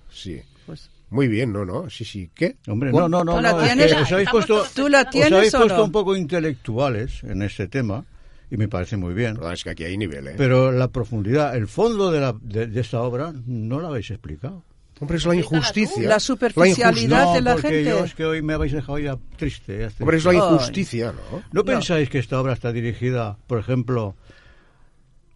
Speaker 2: sí.
Speaker 7: pues.
Speaker 2: Muy bien, no, no, sí, sí, ¿qué?
Speaker 12: Hombre,
Speaker 2: ¿Cuál?
Speaker 12: no, no, no.
Speaker 7: ¿Tú la
Speaker 12: no, es
Speaker 7: tienes?
Speaker 12: que os habéis puesto,
Speaker 7: ¿Tú la tienes
Speaker 12: os habéis
Speaker 7: o
Speaker 12: puesto
Speaker 7: no?
Speaker 12: un poco intelectuales en este tema y me parece muy bien.
Speaker 2: Perdón, es que aquí hay nivel, ¿eh?
Speaker 12: Pero la profundidad, el fondo de, la- de- de esta obra no la habéis explicado.
Speaker 2: Hombre, es la injusticia.
Speaker 7: La superficialidad.
Speaker 2: injusti-
Speaker 7: de la
Speaker 12: porque
Speaker 7: gente.
Speaker 12: yo es que hoy me habéis dejado ya triste. ya triste.
Speaker 2: Hombre, es la
Speaker 7: Ay.
Speaker 2: injusticia, ¿no?
Speaker 12: ¿No
Speaker 7: No.
Speaker 12: pensáis que esta obra está dirigida, por ejemplo,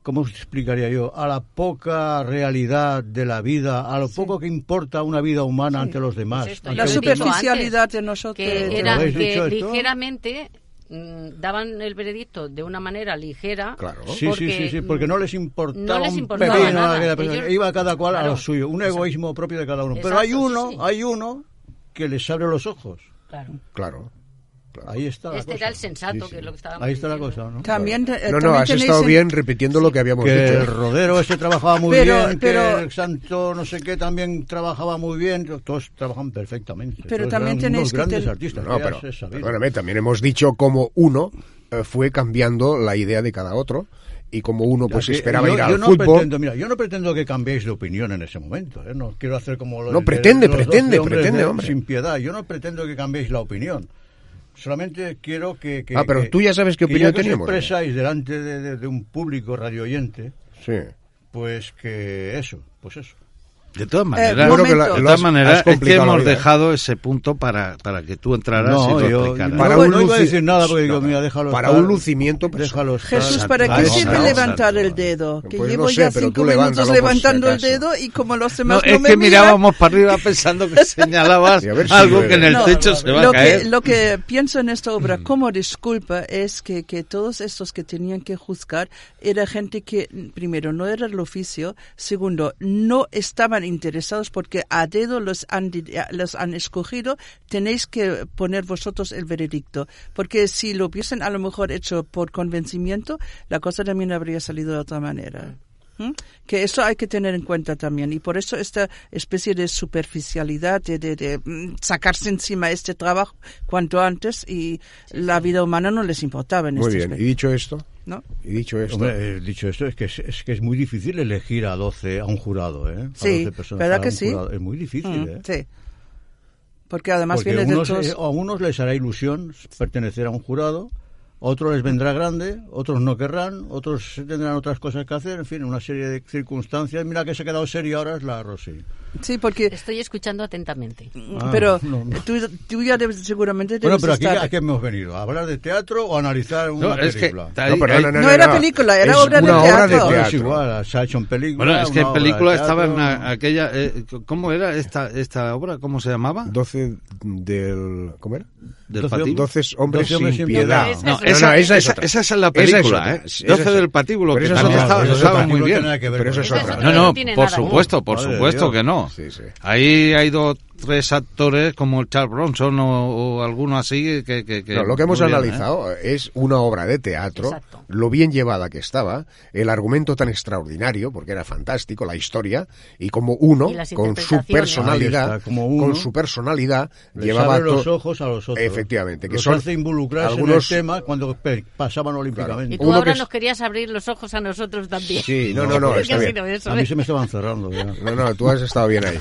Speaker 12: ¿cómo os explicaría yo? A la poca realidad de la vida, a lo poco que importa una vida humana ante los demás.
Speaker 10: Pues esto,
Speaker 12: ante
Speaker 7: La
Speaker 10: yo
Speaker 12: los
Speaker 10: lo he dicho
Speaker 7: superficialidad
Speaker 10: antes,
Speaker 7: de nosotros.
Speaker 10: Que
Speaker 12: ¿Lo
Speaker 10: era
Speaker 12: habéis
Speaker 10: que
Speaker 12: dicho esto?
Speaker 10: ligeramente mm, daban el veredicto de una manera ligera.
Speaker 2: Claro.
Speaker 12: Sí, sí, sí, sí, porque no les importaba,
Speaker 10: no les
Speaker 12: un
Speaker 10: importaba
Speaker 12: pepino
Speaker 10: nada.
Speaker 12: a aquella persona.
Speaker 10: Ellos-
Speaker 12: Iba cada cual a
Speaker 10: Claro.
Speaker 12: lo suyo, un egoísmo propio de cada uno. Pero
Speaker 10: Exacto,
Speaker 12: hay uno,
Speaker 10: sí, sí.
Speaker 12: hay uno que les abre los ojos.
Speaker 10: Claro.
Speaker 2: Claro. claro.
Speaker 12: Ahí está la
Speaker 10: Este
Speaker 12: cosa.
Speaker 10: era el sensato, que es lo que estábamos
Speaker 12: Ahí está la
Speaker 10: diciendo.
Speaker 12: cosa, ¿no?
Speaker 7: También, eh,
Speaker 2: No, no,
Speaker 7: también
Speaker 2: has
Speaker 7: tenéis
Speaker 2: estado
Speaker 7: en-
Speaker 2: bien repitiendo lo que habíamos
Speaker 12: Que el
Speaker 2: dicho.
Speaker 12: rodero este trabajaba muy
Speaker 7: Pero-
Speaker 12: bien,
Speaker 7: pero-
Speaker 12: que el santo no sé qué también trabajaba muy bien, todos trabajan perfectamente.
Speaker 7: Pero
Speaker 12: Todos
Speaker 7: también
Speaker 12: eran
Speaker 7: tenéis
Speaker 12: unos
Speaker 7: que
Speaker 12: grandes
Speaker 7: ten-
Speaker 12: artistas,
Speaker 2: No,
Speaker 12: ya
Speaker 2: pero,
Speaker 12: se sabía.
Speaker 2: perdóname, también hemos dicho cómo uno eh, fue cambiando la idea de cada otro y como uno pues
Speaker 12: Aquí,
Speaker 2: esperaba
Speaker 12: yo,
Speaker 2: ir al
Speaker 12: yo no
Speaker 2: fútbol.
Speaker 12: Pretendo, mira, yo no pretendo que cambiéis de opinión en ese momento. ¿eh? No quiero hacer como lo
Speaker 2: No,
Speaker 12: de-
Speaker 2: pretende,
Speaker 12: de los
Speaker 2: pretende,
Speaker 12: 12 hombres
Speaker 2: pretende,
Speaker 12: de-
Speaker 2: hombre.
Speaker 12: Sin piedad. Yo no pretendo que cambiéis la opinión. Solamente quiero que. que-
Speaker 2: Ah, pero
Speaker 12: que-
Speaker 2: tú ya sabes qué
Speaker 12: que
Speaker 2: opinión
Speaker 12: ya que os
Speaker 2: teníamos, ¿no?
Speaker 12: expresáis delante de, de- de un público radio oyente,
Speaker 2: Sí.
Speaker 12: pues que eso, pues eso.
Speaker 11: De
Speaker 7: eh,
Speaker 11: todas maneras,
Speaker 7: bueno, que la-
Speaker 11: de
Speaker 7: lo
Speaker 11: todas
Speaker 2: has-
Speaker 11: maneras
Speaker 2: has
Speaker 11: es que
Speaker 2: complicado la
Speaker 11: hemos
Speaker 2: vida.
Speaker 11: dejado ese punto para, para que tú entraras
Speaker 12: No,
Speaker 11: y lo
Speaker 12: yo-
Speaker 11: explicaras.
Speaker 12: para-
Speaker 2: Para
Speaker 12: No,
Speaker 2: un
Speaker 12: no iba a
Speaker 2: luci-
Speaker 12: decir nada, porque digo,
Speaker 2: No,
Speaker 12: mira, déjalo
Speaker 2: Para
Speaker 12: estar.
Speaker 2: un lucimiento personal.
Speaker 12: Déjalo estar.
Speaker 7: Jesús, ¿para
Speaker 2: Ah,
Speaker 7: qué sirve
Speaker 2: no,
Speaker 7: levantar el dedo? Que
Speaker 2: Pues
Speaker 7: llevo
Speaker 2: no sé,
Speaker 7: ya
Speaker 2: pero
Speaker 7: cinco
Speaker 2: tú levántalo
Speaker 7: minutos
Speaker 2: por si
Speaker 7: levantando el
Speaker 2: acaso.
Speaker 7: dedo y como los
Speaker 11: No,
Speaker 7: demás no,
Speaker 11: es
Speaker 7: me
Speaker 11: que
Speaker 7: miran,
Speaker 11: mirábamos para arriba pensando que señalabas
Speaker 2: Y a ver si
Speaker 11: algo
Speaker 2: llueve.
Speaker 11: que en el
Speaker 7: No,
Speaker 11: techo se va
Speaker 7: lo
Speaker 11: a caer. Mm.
Speaker 7: Que, lo que pienso en esta obra como disculpa es que, que todos estos que tenían que juzgar era gente que, primero, no era el oficio, segundo, no estaban interesados porque a dedo los han, di- los han escogido, tenéis que poner vosotros el veredicto. Porque si lo hubiesen a lo mejor hecho por convencimiento, la cosa también habría salido de otra manera. ¿Mm? Que eso hay que tener en cuenta también. Y por eso esta especie de superficialidad, de, de- de, mm, sacarse encima este trabajo cuanto antes y la vida humana no les importaba en
Speaker 2: Muy
Speaker 7: este
Speaker 2: bien, y
Speaker 7: aspecto,
Speaker 2: dicho esto,
Speaker 7: ¿no?
Speaker 2: y dicho esto,
Speaker 12: Hombre, eh, dicho esto, es que es, es que es muy difícil elegir a 12, a un jurado, ¿eh? A
Speaker 7: Sí,
Speaker 12: 12 personas
Speaker 7: ¿verdad
Speaker 12: para
Speaker 7: que
Speaker 12: un
Speaker 7: sí?
Speaker 12: jurado. Es muy difícil,
Speaker 7: Mm,
Speaker 12: ¿eh?
Speaker 7: Sí. Porque además
Speaker 12: Porque
Speaker 7: viene de
Speaker 12: unos,
Speaker 7: todos...
Speaker 12: eh, a unos les hará ilusión pertenecer a un jurado, a otros les vendrá grande, otros no querrán, otros tendrán otras cosas que hacer, en fin, una serie de circunstancias. Mira que se ha quedado serio ahora es la Rosy.
Speaker 7: Sí, porque... mm,
Speaker 10: Estoy escuchando atentamente.
Speaker 12: Ah,
Speaker 7: pero eh,
Speaker 12: no, no.
Speaker 7: Tú, tú ya debes- seguramente
Speaker 12: Bueno,
Speaker 7: debes
Speaker 12: pero aquí,
Speaker 7: estar-
Speaker 12: ¿a qué hemos venido? ¿A hablar de teatro o a analizar una
Speaker 3: No, es que-
Speaker 12: película?
Speaker 3: ahí- No, pero no, ahí- no,
Speaker 7: no, era no. película, era Es obra de una obra de teatro.
Speaker 12: Es
Speaker 3: teatro.
Speaker 12: igual, se ha hecho en película.
Speaker 3: Bueno, es que
Speaker 12: una
Speaker 3: en
Speaker 12: obra de
Speaker 3: película
Speaker 12: teatro.
Speaker 3: estaba en una- aquella... eh, ¿Cómo era esta, esta obra? ¿Cómo se llamaba?
Speaker 2: 12 del... ¿Cómo era?
Speaker 3: Del
Speaker 2: Doce
Speaker 3: patíbulo.
Speaker 2: hombres- doce hombres sin piedad.
Speaker 3: No,
Speaker 2: No,
Speaker 3: esa,
Speaker 2: no, esa es
Speaker 3: esa-
Speaker 2: otra.
Speaker 3: esa es
Speaker 2: Esa
Speaker 3: la
Speaker 2: es
Speaker 3: película,
Speaker 2: otra.
Speaker 3: ¿eh?
Speaker 2: Sí, esa es
Speaker 3: 12
Speaker 2: otra.
Speaker 3: del patíbulo,
Speaker 2: Pero
Speaker 3: que
Speaker 2: esa es otra,
Speaker 3: también estaba,
Speaker 2: pero esa es
Speaker 3: estaba
Speaker 2: otra.
Speaker 3: muy bien.
Speaker 2: Patíbulo tiene que ver
Speaker 3: Pero
Speaker 2: con
Speaker 3: esa es
Speaker 2: eso.
Speaker 3: otra.
Speaker 2: Esa
Speaker 3: No,
Speaker 2: no
Speaker 3: no,
Speaker 2: tiene
Speaker 3: por
Speaker 2: nada que ver.
Speaker 3: supuesto, por
Speaker 2: Madre de
Speaker 3: supuesto
Speaker 2: Dios.
Speaker 3: que no.
Speaker 2: Sí, sí.
Speaker 3: Ahí hay dos, tres actores como Charles Bronson o, o alguno así que... que- que-
Speaker 2: No, lo que hemos
Speaker 3: muy bien, ¿eh?
Speaker 2: analizado es una obra de teatro,
Speaker 3: Exacto.
Speaker 2: lo bien llevada que estaba, el argumento tan extraordinario, porque era fantástico, la historia, y como uno,
Speaker 12: Y las
Speaker 2: con su
Speaker 12: interpretaciones. Ahí
Speaker 2: personalidad,
Speaker 12: está, como uno,
Speaker 2: con su personalidad,
Speaker 12: Les
Speaker 2: llevaba
Speaker 12: abre los
Speaker 2: to-
Speaker 12: ojos a los otros.
Speaker 2: Efectivamente, que
Speaker 12: Los
Speaker 2: son
Speaker 12: hace involucrarse
Speaker 2: algunos-
Speaker 12: en el tema cuando pe- pasaban olímpicamente.
Speaker 10: Y tú ahora nos querías abrir los ojos a nosotros también.
Speaker 2: Sí, no, no, no,
Speaker 10: ¿Qué
Speaker 2: está
Speaker 10: ha
Speaker 2: bien.
Speaker 10: sido eso,
Speaker 12: A mí
Speaker 10: eh?
Speaker 12: se me estaban cerrando ya.
Speaker 2: No, no, tú has estado bien ahí.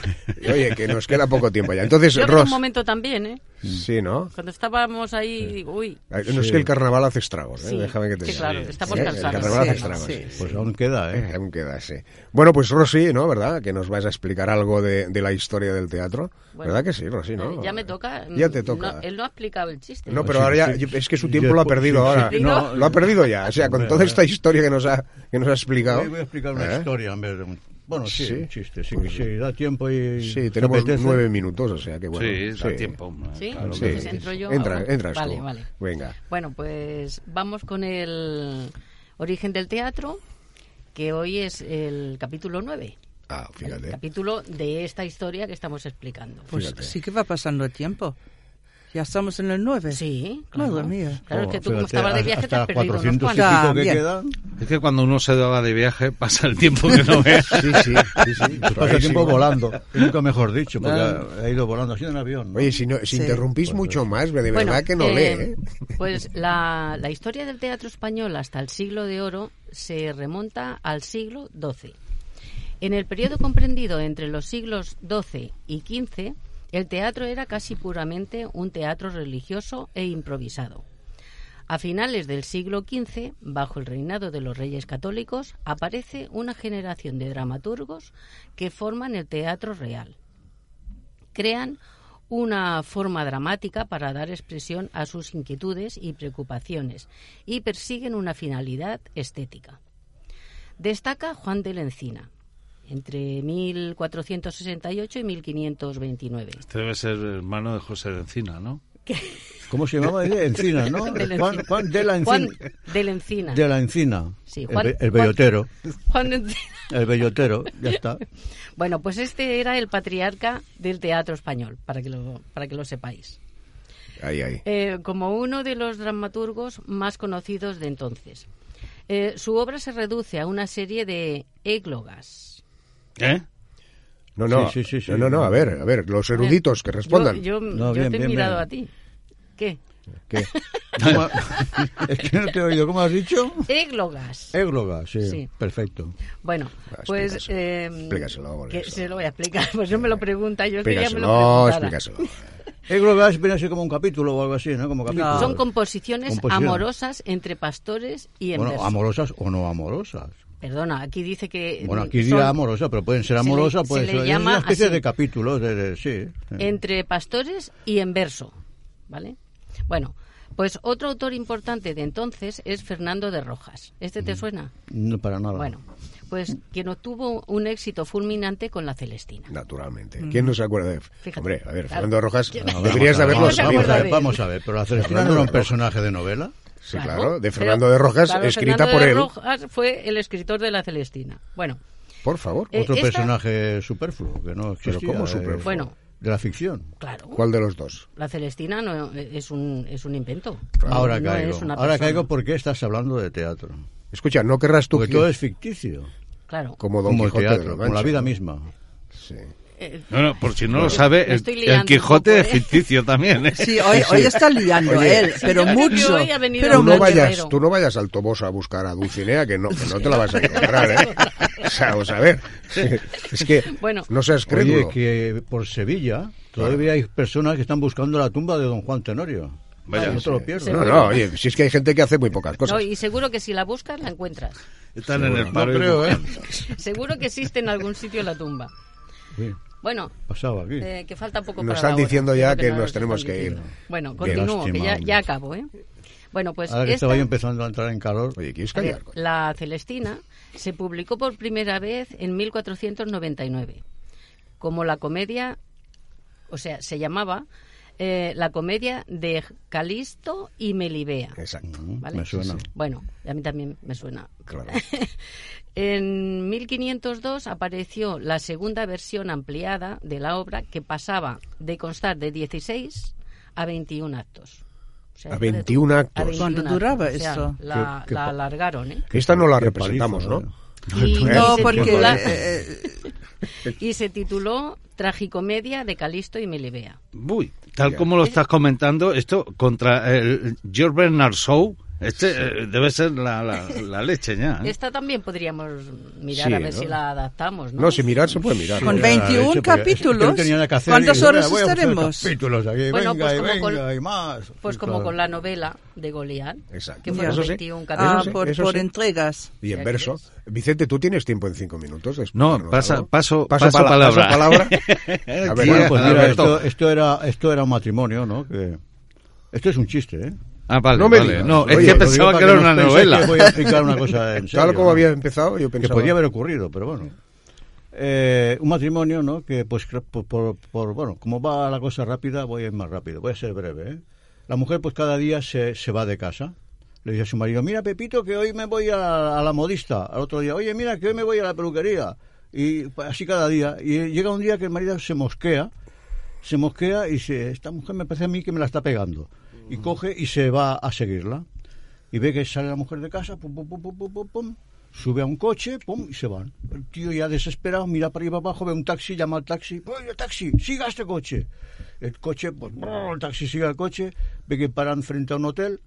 Speaker 2: Oye, que nos queda poco tiempo ya. Entonces,
Speaker 10: Yo creo un
Speaker 2: Ross,
Speaker 10: momento también, ¿eh?
Speaker 2: sí, ¿no?
Speaker 10: Cuando estábamos ahí, digo, uy.
Speaker 2: Eh, No es que el carnaval hace estragos, ¿eh?
Speaker 10: Sí,
Speaker 2: déjame que te
Speaker 10: que
Speaker 2: diga.
Speaker 10: claro, está por
Speaker 2: Eh, El
Speaker 10: cansarnos.
Speaker 2: carnaval hace
Speaker 10: Sí,
Speaker 2: estragos.
Speaker 10: sí,
Speaker 12: Pues aún queda, ¿eh?
Speaker 2: Aún queda, sí. Bueno, pues Rosy, ¿no? ¿Verdad? Que nos vas a explicar algo de, de la historia del teatro.
Speaker 10: Bueno.
Speaker 2: ¿Verdad que sí, Rosy, no?
Speaker 10: Ya me toca.
Speaker 2: Ya te toca.
Speaker 10: No, él no ha explicado el chiste.
Speaker 2: No, pero ahora ya,
Speaker 12: sí.
Speaker 2: es que su tiempo lo ha
Speaker 12: Yo-
Speaker 2: perdido
Speaker 12: sí,
Speaker 2: ahora.
Speaker 12: sí,
Speaker 2: No,
Speaker 12: no.
Speaker 2: lo ha perdido ya. O sea, con
Speaker 12: Hombre,
Speaker 2: toda
Speaker 12: hombre.
Speaker 2: esta historia que nos ha, que nos ha explicado.
Speaker 12: Voy voy a explicar una
Speaker 2: ¿eh?
Speaker 12: historia en vez de un... Bueno, sí,
Speaker 2: Sí.
Speaker 12: un chiste. Sí,
Speaker 2: Pues-
Speaker 12: sí, da tiempo y...
Speaker 2: Sí,
Speaker 12: ¿se
Speaker 2: tenemos
Speaker 12: apetece?
Speaker 2: nueve minutos, o sea que bueno.
Speaker 3: Sí, da tiempo.
Speaker 10: ¿Sí?
Speaker 2: Claro que
Speaker 10: Entonces
Speaker 2: sí.
Speaker 10: entro yo.
Speaker 2: Entra,
Speaker 10: Ah, bueno.
Speaker 2: entras
Speaker 10: Vale,
Speaker 2: tú.
Speaker 10: vale.
Speaker 2: Venga.
Speaker 10: Bueno, pues vamos con el origen del teatro, que hoy es el capítulo 9.
Speaker 2: Ah,
Speaker 10: El capítulo de esta historia que estamos explicando.
Speaker 7: Pues sí que va pasando el tiempo. Ya estamos en el 9. Sí, Madre mía.
Speaker 10: Pues, Claro, es que tú
Speaker 12: Fíjate,
Speaker 10: como estabas de
Speaker 12: hasta-
Speaker 10: viaje te has
Speaker 12: hasta
Speaker 10: perdido unos
Speaker 12: 400 y
Speaker 10: cuantos.
Speaker 12: pico que
Speaker 10: También.
Speaker 12: quedan.
Speaker 2: Pues
Speaker 3: Es que cuando uno se va de viaje pasa el tiempo que no ve.
Speaker 2: Sí, sí, sí, sí.
Speaker 12: Se pasa el tiempo volando. Y nunca mejor dicho, porque
Speaker 2: Ah.
Speaker 12: ha ido volando así en avión.
Speaker 2: Oye, si, no, si
Speaker 12: Sí.
Speaker 2: interrumpís mucho más, de verdad
Speaker 10: Bueno,
Speaker 2: que no
Speaker 10: eh,
Speaker 2: lee. ¿eh?
Speaker 10: Pues la, la historia del teatro español hasta el siglo de oro se remonta al siglo XII. En el periodo comprendido entre los siglos XII y XV, el teatro era casi puramente un teatro religioso e improvisado. A finales del siglo XV, bajo el reinado de los reyes católicos, aparece una generación de dramaturgos que forman el teatro real. Crean una forma dramática para dar expresión a sus inquietudes y preocupaciones y persiguen una finalidad estética. Destaca Juan de la Encina, entre 1468 y 1529.
Speaker 3: Este debe ser hermano de
Speaker 11: pues,
Speaker 3: José de Encina, ¿no?
Speaker 12: ¿Cómo se llamaba? ella? Encina, ¿no?
Speaker 10: De la
Speaker 12: Juan,
Speaker 10: Encina.
Speaker 12: Juan de la Encina.
Speaker 10: Juan de la Encina.
Speaker 12: De la Encina.
Speaker 10: Sí,
Speaker 12: El
Speaker 10: Juan-
Speaker 12: be- el
Speaker 10: Juan-
Speaker 12: bellotero.
Speaker 10: Juan de Encina.
Speaker 12: El bellotero, ya está.
Speaker 10: Bueno, pues este era el patriarca del teatro español, para que lo, para que lo sepáis.
Speaker 2: Ahí, ahí.
Speaker 10: Eh, como uno de los dramaturgos más conocidos de entonces. Eh, su obra se reduce a una serie de églogas.
Speaker 3: ¿Eh?
Speaker 2: No, no,
Speaker 3: Sí, sí, sí, sí.
Speaker 2: no, no, no, a ver, a ver, los eruditos que respondan.
Speaker 10: Yo, yo-
Speaker 12: No,
Speaker 10: yo
Speaker 12: bien,
Speaker 10: te he
Speaker 12: bien,
Speaker 10: mirado
Speaker 12: bien.
Speaker 10: a ti. ¿Qué?
Speaker 2: ¿Qué?
Speaker 12: ¿Cómo ha- es que no te he oído. ¿Cómo has dicho?
Speaker 10: Églogas.
Speaker 12: Eh, Égloga, sí.
Speaker 10: Sí.
Speaker 12: Perfecto.
Speaker 10: Bueno, pues... eh,
Speaker 12: explícaselo,
Speaker 10: que se lo voy a explicar, pues no me lo pregunta, yo quería que me
Speaker 12: Explícaselo,
Speaker 10: lo preguntara.
Speaker 2: eh,
Speaker 12: Égloga es viene a ser como un capítulo o algo así, ¿no? Como capítulo.
Speaker 10: Son composiciones
Speaker 12: Composiciones.
Speaker 10: amorosas entre pastores y en
Speaker 12: Bueno,
Speaker 10: verso.
Speaker 12: amorosas o no amorosas.
Speaker 10: Perdona, aquí dice que...
Speaker 12: Bueno,
Speaker 10: mm,
Speaker 12: aquí
Speaker 10: son
Speaker 12: dirá amorosa, pero pueden ser
Speaker 10: se le-
Speaker 12: amorosas,
Speaker 10: se
Speaker 12: pueden
Speaker 10: le
Speaker 12: ser. es
Speaker 10: llama
Speaker 12: una especie
Speaker 10: así.
Speaker 12: de capítulos, de, de- sí.
Speaker 2: Mm.
Speaker 10: entre pastores y en verso, ¿vale? Bueno, pues otro autor importante de entonces es Fernando de Rojas. ¿Este
Speaker 2: Mm.
Speaker 10: te suena?
Speaker 12: No, para
Speaker 2: Ah.
Speaker 12: nada.
Speaker 10: Bueno, pues quien obtuvo un éxito fulminante con la Celestina.
Speaker 2: Naturalmente. ¿Quién no se acuerda de.?
Speaker 10: Mm. Fíjate.
Speaker 2: Hombre, a ver,
Speaker 10: Claro.
Speaker 2: Fernando Rojas,
Speaker 10: ¿Quién-
Speaker 12: No,
Speaker 2: deberías de haberlo
Speaker 12: vamos, a ver, vamos, a ver,
Speaker 2: sabido.
Speaker 12: vamos a ver, pero la Celestina no
Speaker 2: Fernando
Speaker 12: era
Speaker 2: de
Speaker 12: un
Speaker 2: Rojas.
Speaker 12: personaje de novela.
Speaker 2: Sí, claro, de Fernando de Rojas,
Speaker 10: claro,
Speaker 2: escrita
Speaker 10: Fernando
Speaker 2: por
Speaker 10: de
Speaker 2: él.
Speaker 10: Rojas fue el escritor de la Celestina. Bueno,
Speaker 2: Por favor.
Speaker 10: Eh,
Speaker 12: Otro
Speaker 10: esta-
Speaker 12: personaje superfluo que no
Speaker 2: Pero
Speaker 12: existía.
Speaker 2: ¿cómo
Speaker 12: eh,
Speaker 2: superfluo?
Speaker 10: Bueno.
Speaker 12: De la ficción.
Speaker 10: Claro.
Speaker 2: ¿Cuál de los dos?
Speaker 10: La Celestina no es un, es un invento.
Speaker 12: Ahora
Speaker 10: No
Speaker 12: caigo.
Speaker 10: es una
Speaker 12: Ahora
Speaker 10: persona.
Speaker 12: caigo porque estás hablando de teatro.
Speaker 2: Escucha, no querrás tú
Speaker 12: Porque
Speaker 2: que-
Speaker 12: todo es ficticio.
Speaker 10: Claro.
Speaker 2: Como Don
Speaker 12: Como el
Speaker 2: Quijote de
Speaker 12: teatro,
Speaker 2: la
Speaker 12: como la
Speaker 2: Mancha.
Speaker 12: vida misma.
Speaker 10: Eh,
Speaker 14: No, no, por si no lo
Speaker 12: Claro.
Speaker 14: sabe,
Speaker 12: Me
Speaker 14: el,
Speaker 12: estoy
Speaker 14: el
Speaker 12: liando un
Speaker 14: Quijote es
Speaker 12: poco, ¿eh?
Speaker 14: ficticio también. ¿eh?
Speaker 2: Sí,
Speaker 7: hoy- hoy está liando
Speaker 2: Oye,
Speaker 7: él, pero mucho.
Speaker 2: tú
Speaker 7: Pero
Speaker 2: no
Speaker 7: mucho.
Speaker 2: vayas, tú no vayas al Toboso a buscar a Dulcinea, que no, que no te la vas a encontrar, ¿eh? O sea, vamos a ver. Es que no seas crédulo.
Speaker 12: Oye, que por Sevilla todavía hay personas que están buscando la tumba de don Juan Tenorio.
Speaker 2: Vaya.
Speaker 12: no te lo pierdas.
Speaker 2: No, no, oye, si es que hay gente que hace muy pocas
Speaker 10: No,
Speaker 2: cosas.
Speaker 10: y seguro que si la buscas la encuentras.
Speaker 14: Están
Speaker 12: en el paro y
Speaker 2: ¿eh?
Speaker 12: buscan.
Speaker 10: Seguro que existe en algún sitio la tumba.
Speaker 12: Sí,
Speaker 10: Bueno,
Speaker 12: pasaba aquí.
Speaker 10: eh, que falta poco
Speaker 2: Nos
Speaker 10: para
Speaker 2: están
Speaker 10: la hora.
Speaker 2: diciendo ya
Speaker 10: Creo
Speaker 2: que
Speaker 10: no
Speaker 2: nos
Speaker 10: están
Speaker 2: tenemos que ir.
Speaker 10: diciendo. Bueno,
Speaker 2: Bien.
Speaker 10: continúo, que
Speaker 12: Lástima,
Speaker 10: ya,
Speaker 12: hombre.
Speaker 10: ya acabo, ¿eh? Bueno, pues
Speaker 12: Ahora que
Speaker 10: esta-
Speaker 12: estaba yo empezando a entrar en calor.
Speaker 2: Oye, ¿quieres
Speaker 10: a ver, la Celestina se publicó por primera vez en 1499 como la comedia, o sea, se llamaba eh, la comedia de Calisto y Melibea.
Speaker 2: Exacto.
Speaker 10: ¿vale?
Speaker 12: Mm, Me suena.
Speaker 10: Bueno, a mí también me suena.
Speaker 2: Claro.
Speaker 10: en 1502 apareció la segunda versión ampliada de la obra que pasaba de constar de 16 a 21 actos. O sea,
Speaker 2: A 21 actos.
Speaker 10: a 21
Speaker 2: ¿Cuánto
Speaker 10: actos.
Speaker 7: duraba
Speaker 10: O sea,
Speaker 7: eso?
Speaker 10: La,
Speaker 2: Qué- qué
Speaker 10: la
Speaker 2: pa-
Speaker 10: alargaron, ¿eh?
Speaker 2: Esta no la
Speaker 12: Qué
Speaker 2: representamos,
Speaker 12: paliza,
Speaker 2: ¿no?
Speaker 10: Y,
Speaker 7: No,
Speaker 10: y se
Speaker 7: porque-
Speaker 10: titula-
Speaker 7: eh,
Speaker 10: y se tituló Tragicomedia de Calisto y Melibea.
Speaker 4: Uy, tal como lo estás comentando, esto contra el George Bernard Shaw, este eh, debe ser la, la- la leche
Speaker 2: Ah.
Speaker 4: ya. ¿eh?
Speaker 10: Esta también podríamos mirar
Speaker 4: Sí,
Speaker 10: a ver
Speaker 4: ¿no?
Speaker 10: si la adaptamos, ¿no?
Speaker 2: No, si mirar se puede mirar.
Speaker 7: Con 21
Speaker 12: pues,
Speaker 7: capítulos, ¿cuántas horas estaremos?
Speaker 12: Capítulos aquí,
Speaker 10: Bueno,
Speaker 12: venga,
Speaker 10: pues
Speaker 12: y
Speaker 10: como con-
Speaker 12: venga, y más.
Speaker 10: Pues
Speaker 12: Sí,
Speaker 10: como
Speaker 12: claro.
Speaker 10: con la novela de Goliat,
Speaker 2: Exacto.
Speaker 10: que fueron
Speaker 2: Eso sí.
Speaker 10: 21
Speaker 7: Ah,
Speaker 10: capítulos.
Speaker 7: por,
Speaker 2: eso
Speaker 7: por
Speaker 2: sí.
Speaker 7: entregas.
Speaker 2: Y en verso. Vicente, tú tienes tiempo en cinco minutos. de
Speaker 4: No,
Speaker 2: explicarnos
Speaker 4: pasa-
Speaker 2: algo?
Speaker 4: paso-
Speaker 2: paso,
Speaker 4: paso
Speaker 2: pala- paso
Speaker 4: palabra.
Speaker 2: palabra. A ver,
Speaker 12: Bueno, pues mira,
Speaker 2: Alberto.
Speaker 12: esto, esto era, esto era un matrimonio, ¿no? Que... Esto es un chiste, ¿eh?
Speaker 4: Ah, vale,
Speaker 12: No me
Speaker 4: vale.
Speaker 12: digas.
Speaker 4: No, es que
Speaker 12: Oye, lo digo
Speaker 4: pensaba
Speaker 12: para
Speaker 4: que era
Speaker 12: no
Speaker 4: una
Speaker 12: penséis
Speaker 4: novela.
Speaker 12: que voy a explicar una cosa en
Speaker 2: Tal
Speaker 12: serio,
Speaker 2: como
Speaker 12: ¿no?
Speaker 2: había empezado, yo
Speaker 12: Que
Speaker 2: pensaba-
Speaker 12: podía haber ocurrido, pero bueno. Eh, un matrimonio, ¿no? Que, pues, cre- por, por- por- bueno, como va la cosa rápida, voy a ir más rápido. Voy a ser breve, ¿eh? La mujer, pues, cada día se, se va de casa. Le dice a su marido, mira, Pepito, que hoy me voy a la, a la modista. Al otro día, oye, mira, que hoy me voy a la peluquería. Y pues, así cada día. Y llega un día que el marido se mosquea se mosquea y dice, esta mujer me parece a mí que me la está pegando. Y coge y se va a seguirla. Y ve que sale la mujer de casa, pum, pum, pum, pum, pum, pum, pum, sube a un coche, pum, y se van. El tío ya desesperado, mira para arriba abajo, ve un taxi, llama al taxi, oye, taxi, siga este coche. El coche, pues, brr, el taxi sigue al coche, ve que paran frente a un hotel,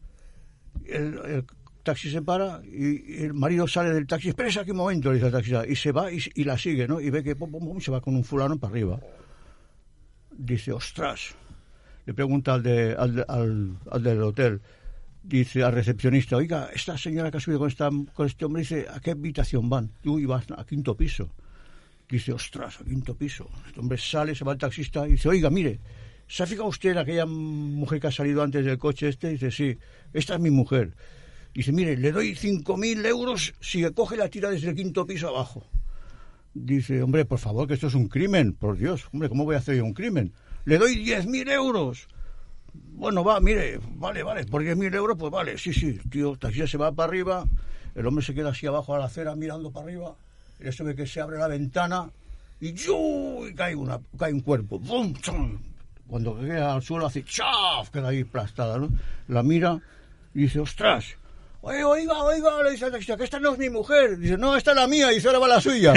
Speaker 12: el, el taxi se para y, y el marido sale del taxi, espérese aquí un momento, le dice al taxista, y se va y, y la sigue, ¿no? Y ve que pum, pum, pum, se va con un fulano para arriba dice, ostras. Le pregunta al, de, al, de- al- al del hotel, dice al recepcionista, oiga, esta señora que ha subido con, esta, con este hombre, dice, ¿a qué habitación van? Tú ibas a quinto piso. Dice, ostras, a quinto piso. Este hombre sale, se va al taxista y dice, oiga, mire, ¿se ha fijado usted en aquella mujer que ha salido antes del coche este? Dice, sí, esta es mi mujer. Dice, mire, le doy 5.000 euros si coge la tira desde el quinto piso abajo. Dice, hombre, por favor, que esto es un crimen, por Dios, hombre, ¿cómo voy a hacer yo un crimen? Le doy 10.000 euros. Bueno, va, mire, vale, vale, por 10.000 euros, pues vale, sí, sí, el tío, el taxista se va para arriba, el hombre se queda así abajo a la acera mirando para arriba, y eso ve que se abre la ventana y ¡yu! y cae, una, cae un cuerpo, ¡bum! ¡chum! Cuando queda al suelo hace ¡chaf! queda ahí aplastada, ¿no? La mira y dice, ostras, Oye, oiga, oiga, le dice al taxista, que esta no es mi mujer. Dice, no, esta es la mía, y dice, ahora va la suya.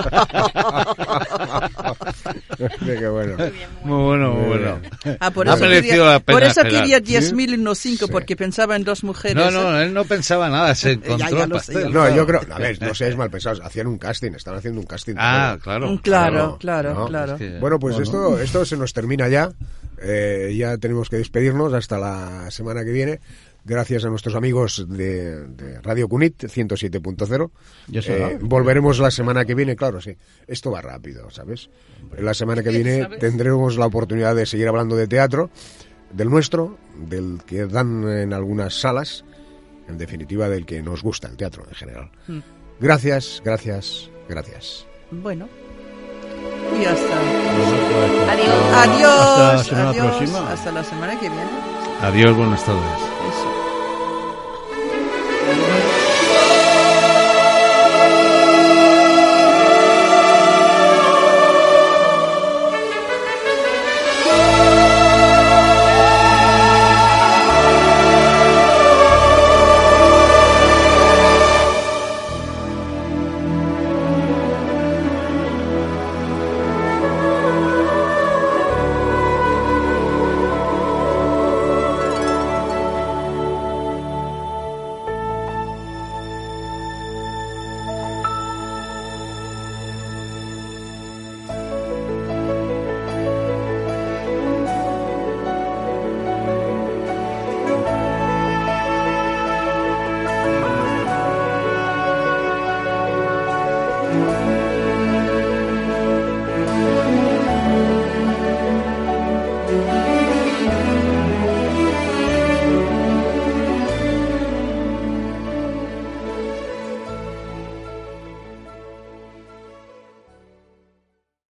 Speaker 2: Qué bueno.
Speaker 4: Muy bueno, muy
Speaker 2: Muy
Speaker 4: bueno.
Speaker 12: Eh,
Speaker 7: Ah, por
Speaker 4: ha
Speaker 7: eso
Speaker 4: merecido
Speaker 7: quería,
Speaker 4: la pena
Speaker 7: por eso
Speaker 4: esperar.
Speaker 7: quería 10.000 y no 5,
Speaker 2: Sí.
Speaker 7: porque pensaba en dos mujeres.
Speaker 4: No, no, él no pensaba nada, se
Speaker 7: ya
Speaker 4: encontró el
Speaker 7: lo sé, ya
Speaker 4: pastel.
Speaker 7: lo
Speaker 2: No, yo creo, a ver, no seáis mal pensados, hacían un casting, están haciendo un casting. también.
Speaker 4: Ah, claro.
Speaker 7: Mm, Claro, claro, claro.
Speaker 4: Es que-
Speaker 2: Bueno, pues
Speaker 4: Bueno.
Speaker 2: esto esto se nos termina ya. Eh, ya tenemos que despedirnos hasta la semana que viene. Gracias a nuestros amigos de, de Radio Cunit 107.0.
Speaker 12: Ya será.
Speaker 2: Eh, volveremos la semana que viene, claro, sí. Esto va rápido, ¿sabes? La semana que viene
Speaker 10: ¿Sabes?
Speaker 2: tendremos la oportunidad de seguir hablando de teatro, del nuestro, del que dan en algunas salas, en definitiva del que nos gusta el teatro en general.
Speaker 7: Mm.
Speaker 2: Gracias, gracias, gracias.
Speaker 7: Bueno. Y hasta. Ah,
Speaker 10: Adiós.
Speaker 7: Adiós.
Speaker 12: Hasta la semana
Speaker 7: adiós,
Speaker 12: próxima.
Speaker 7: Hasta la semana que viene.
Speaker 4: Adiós, buenas tardes.
Speaker 7: Eso.
Speaker 15: Thank
Speaker 16: Thank you.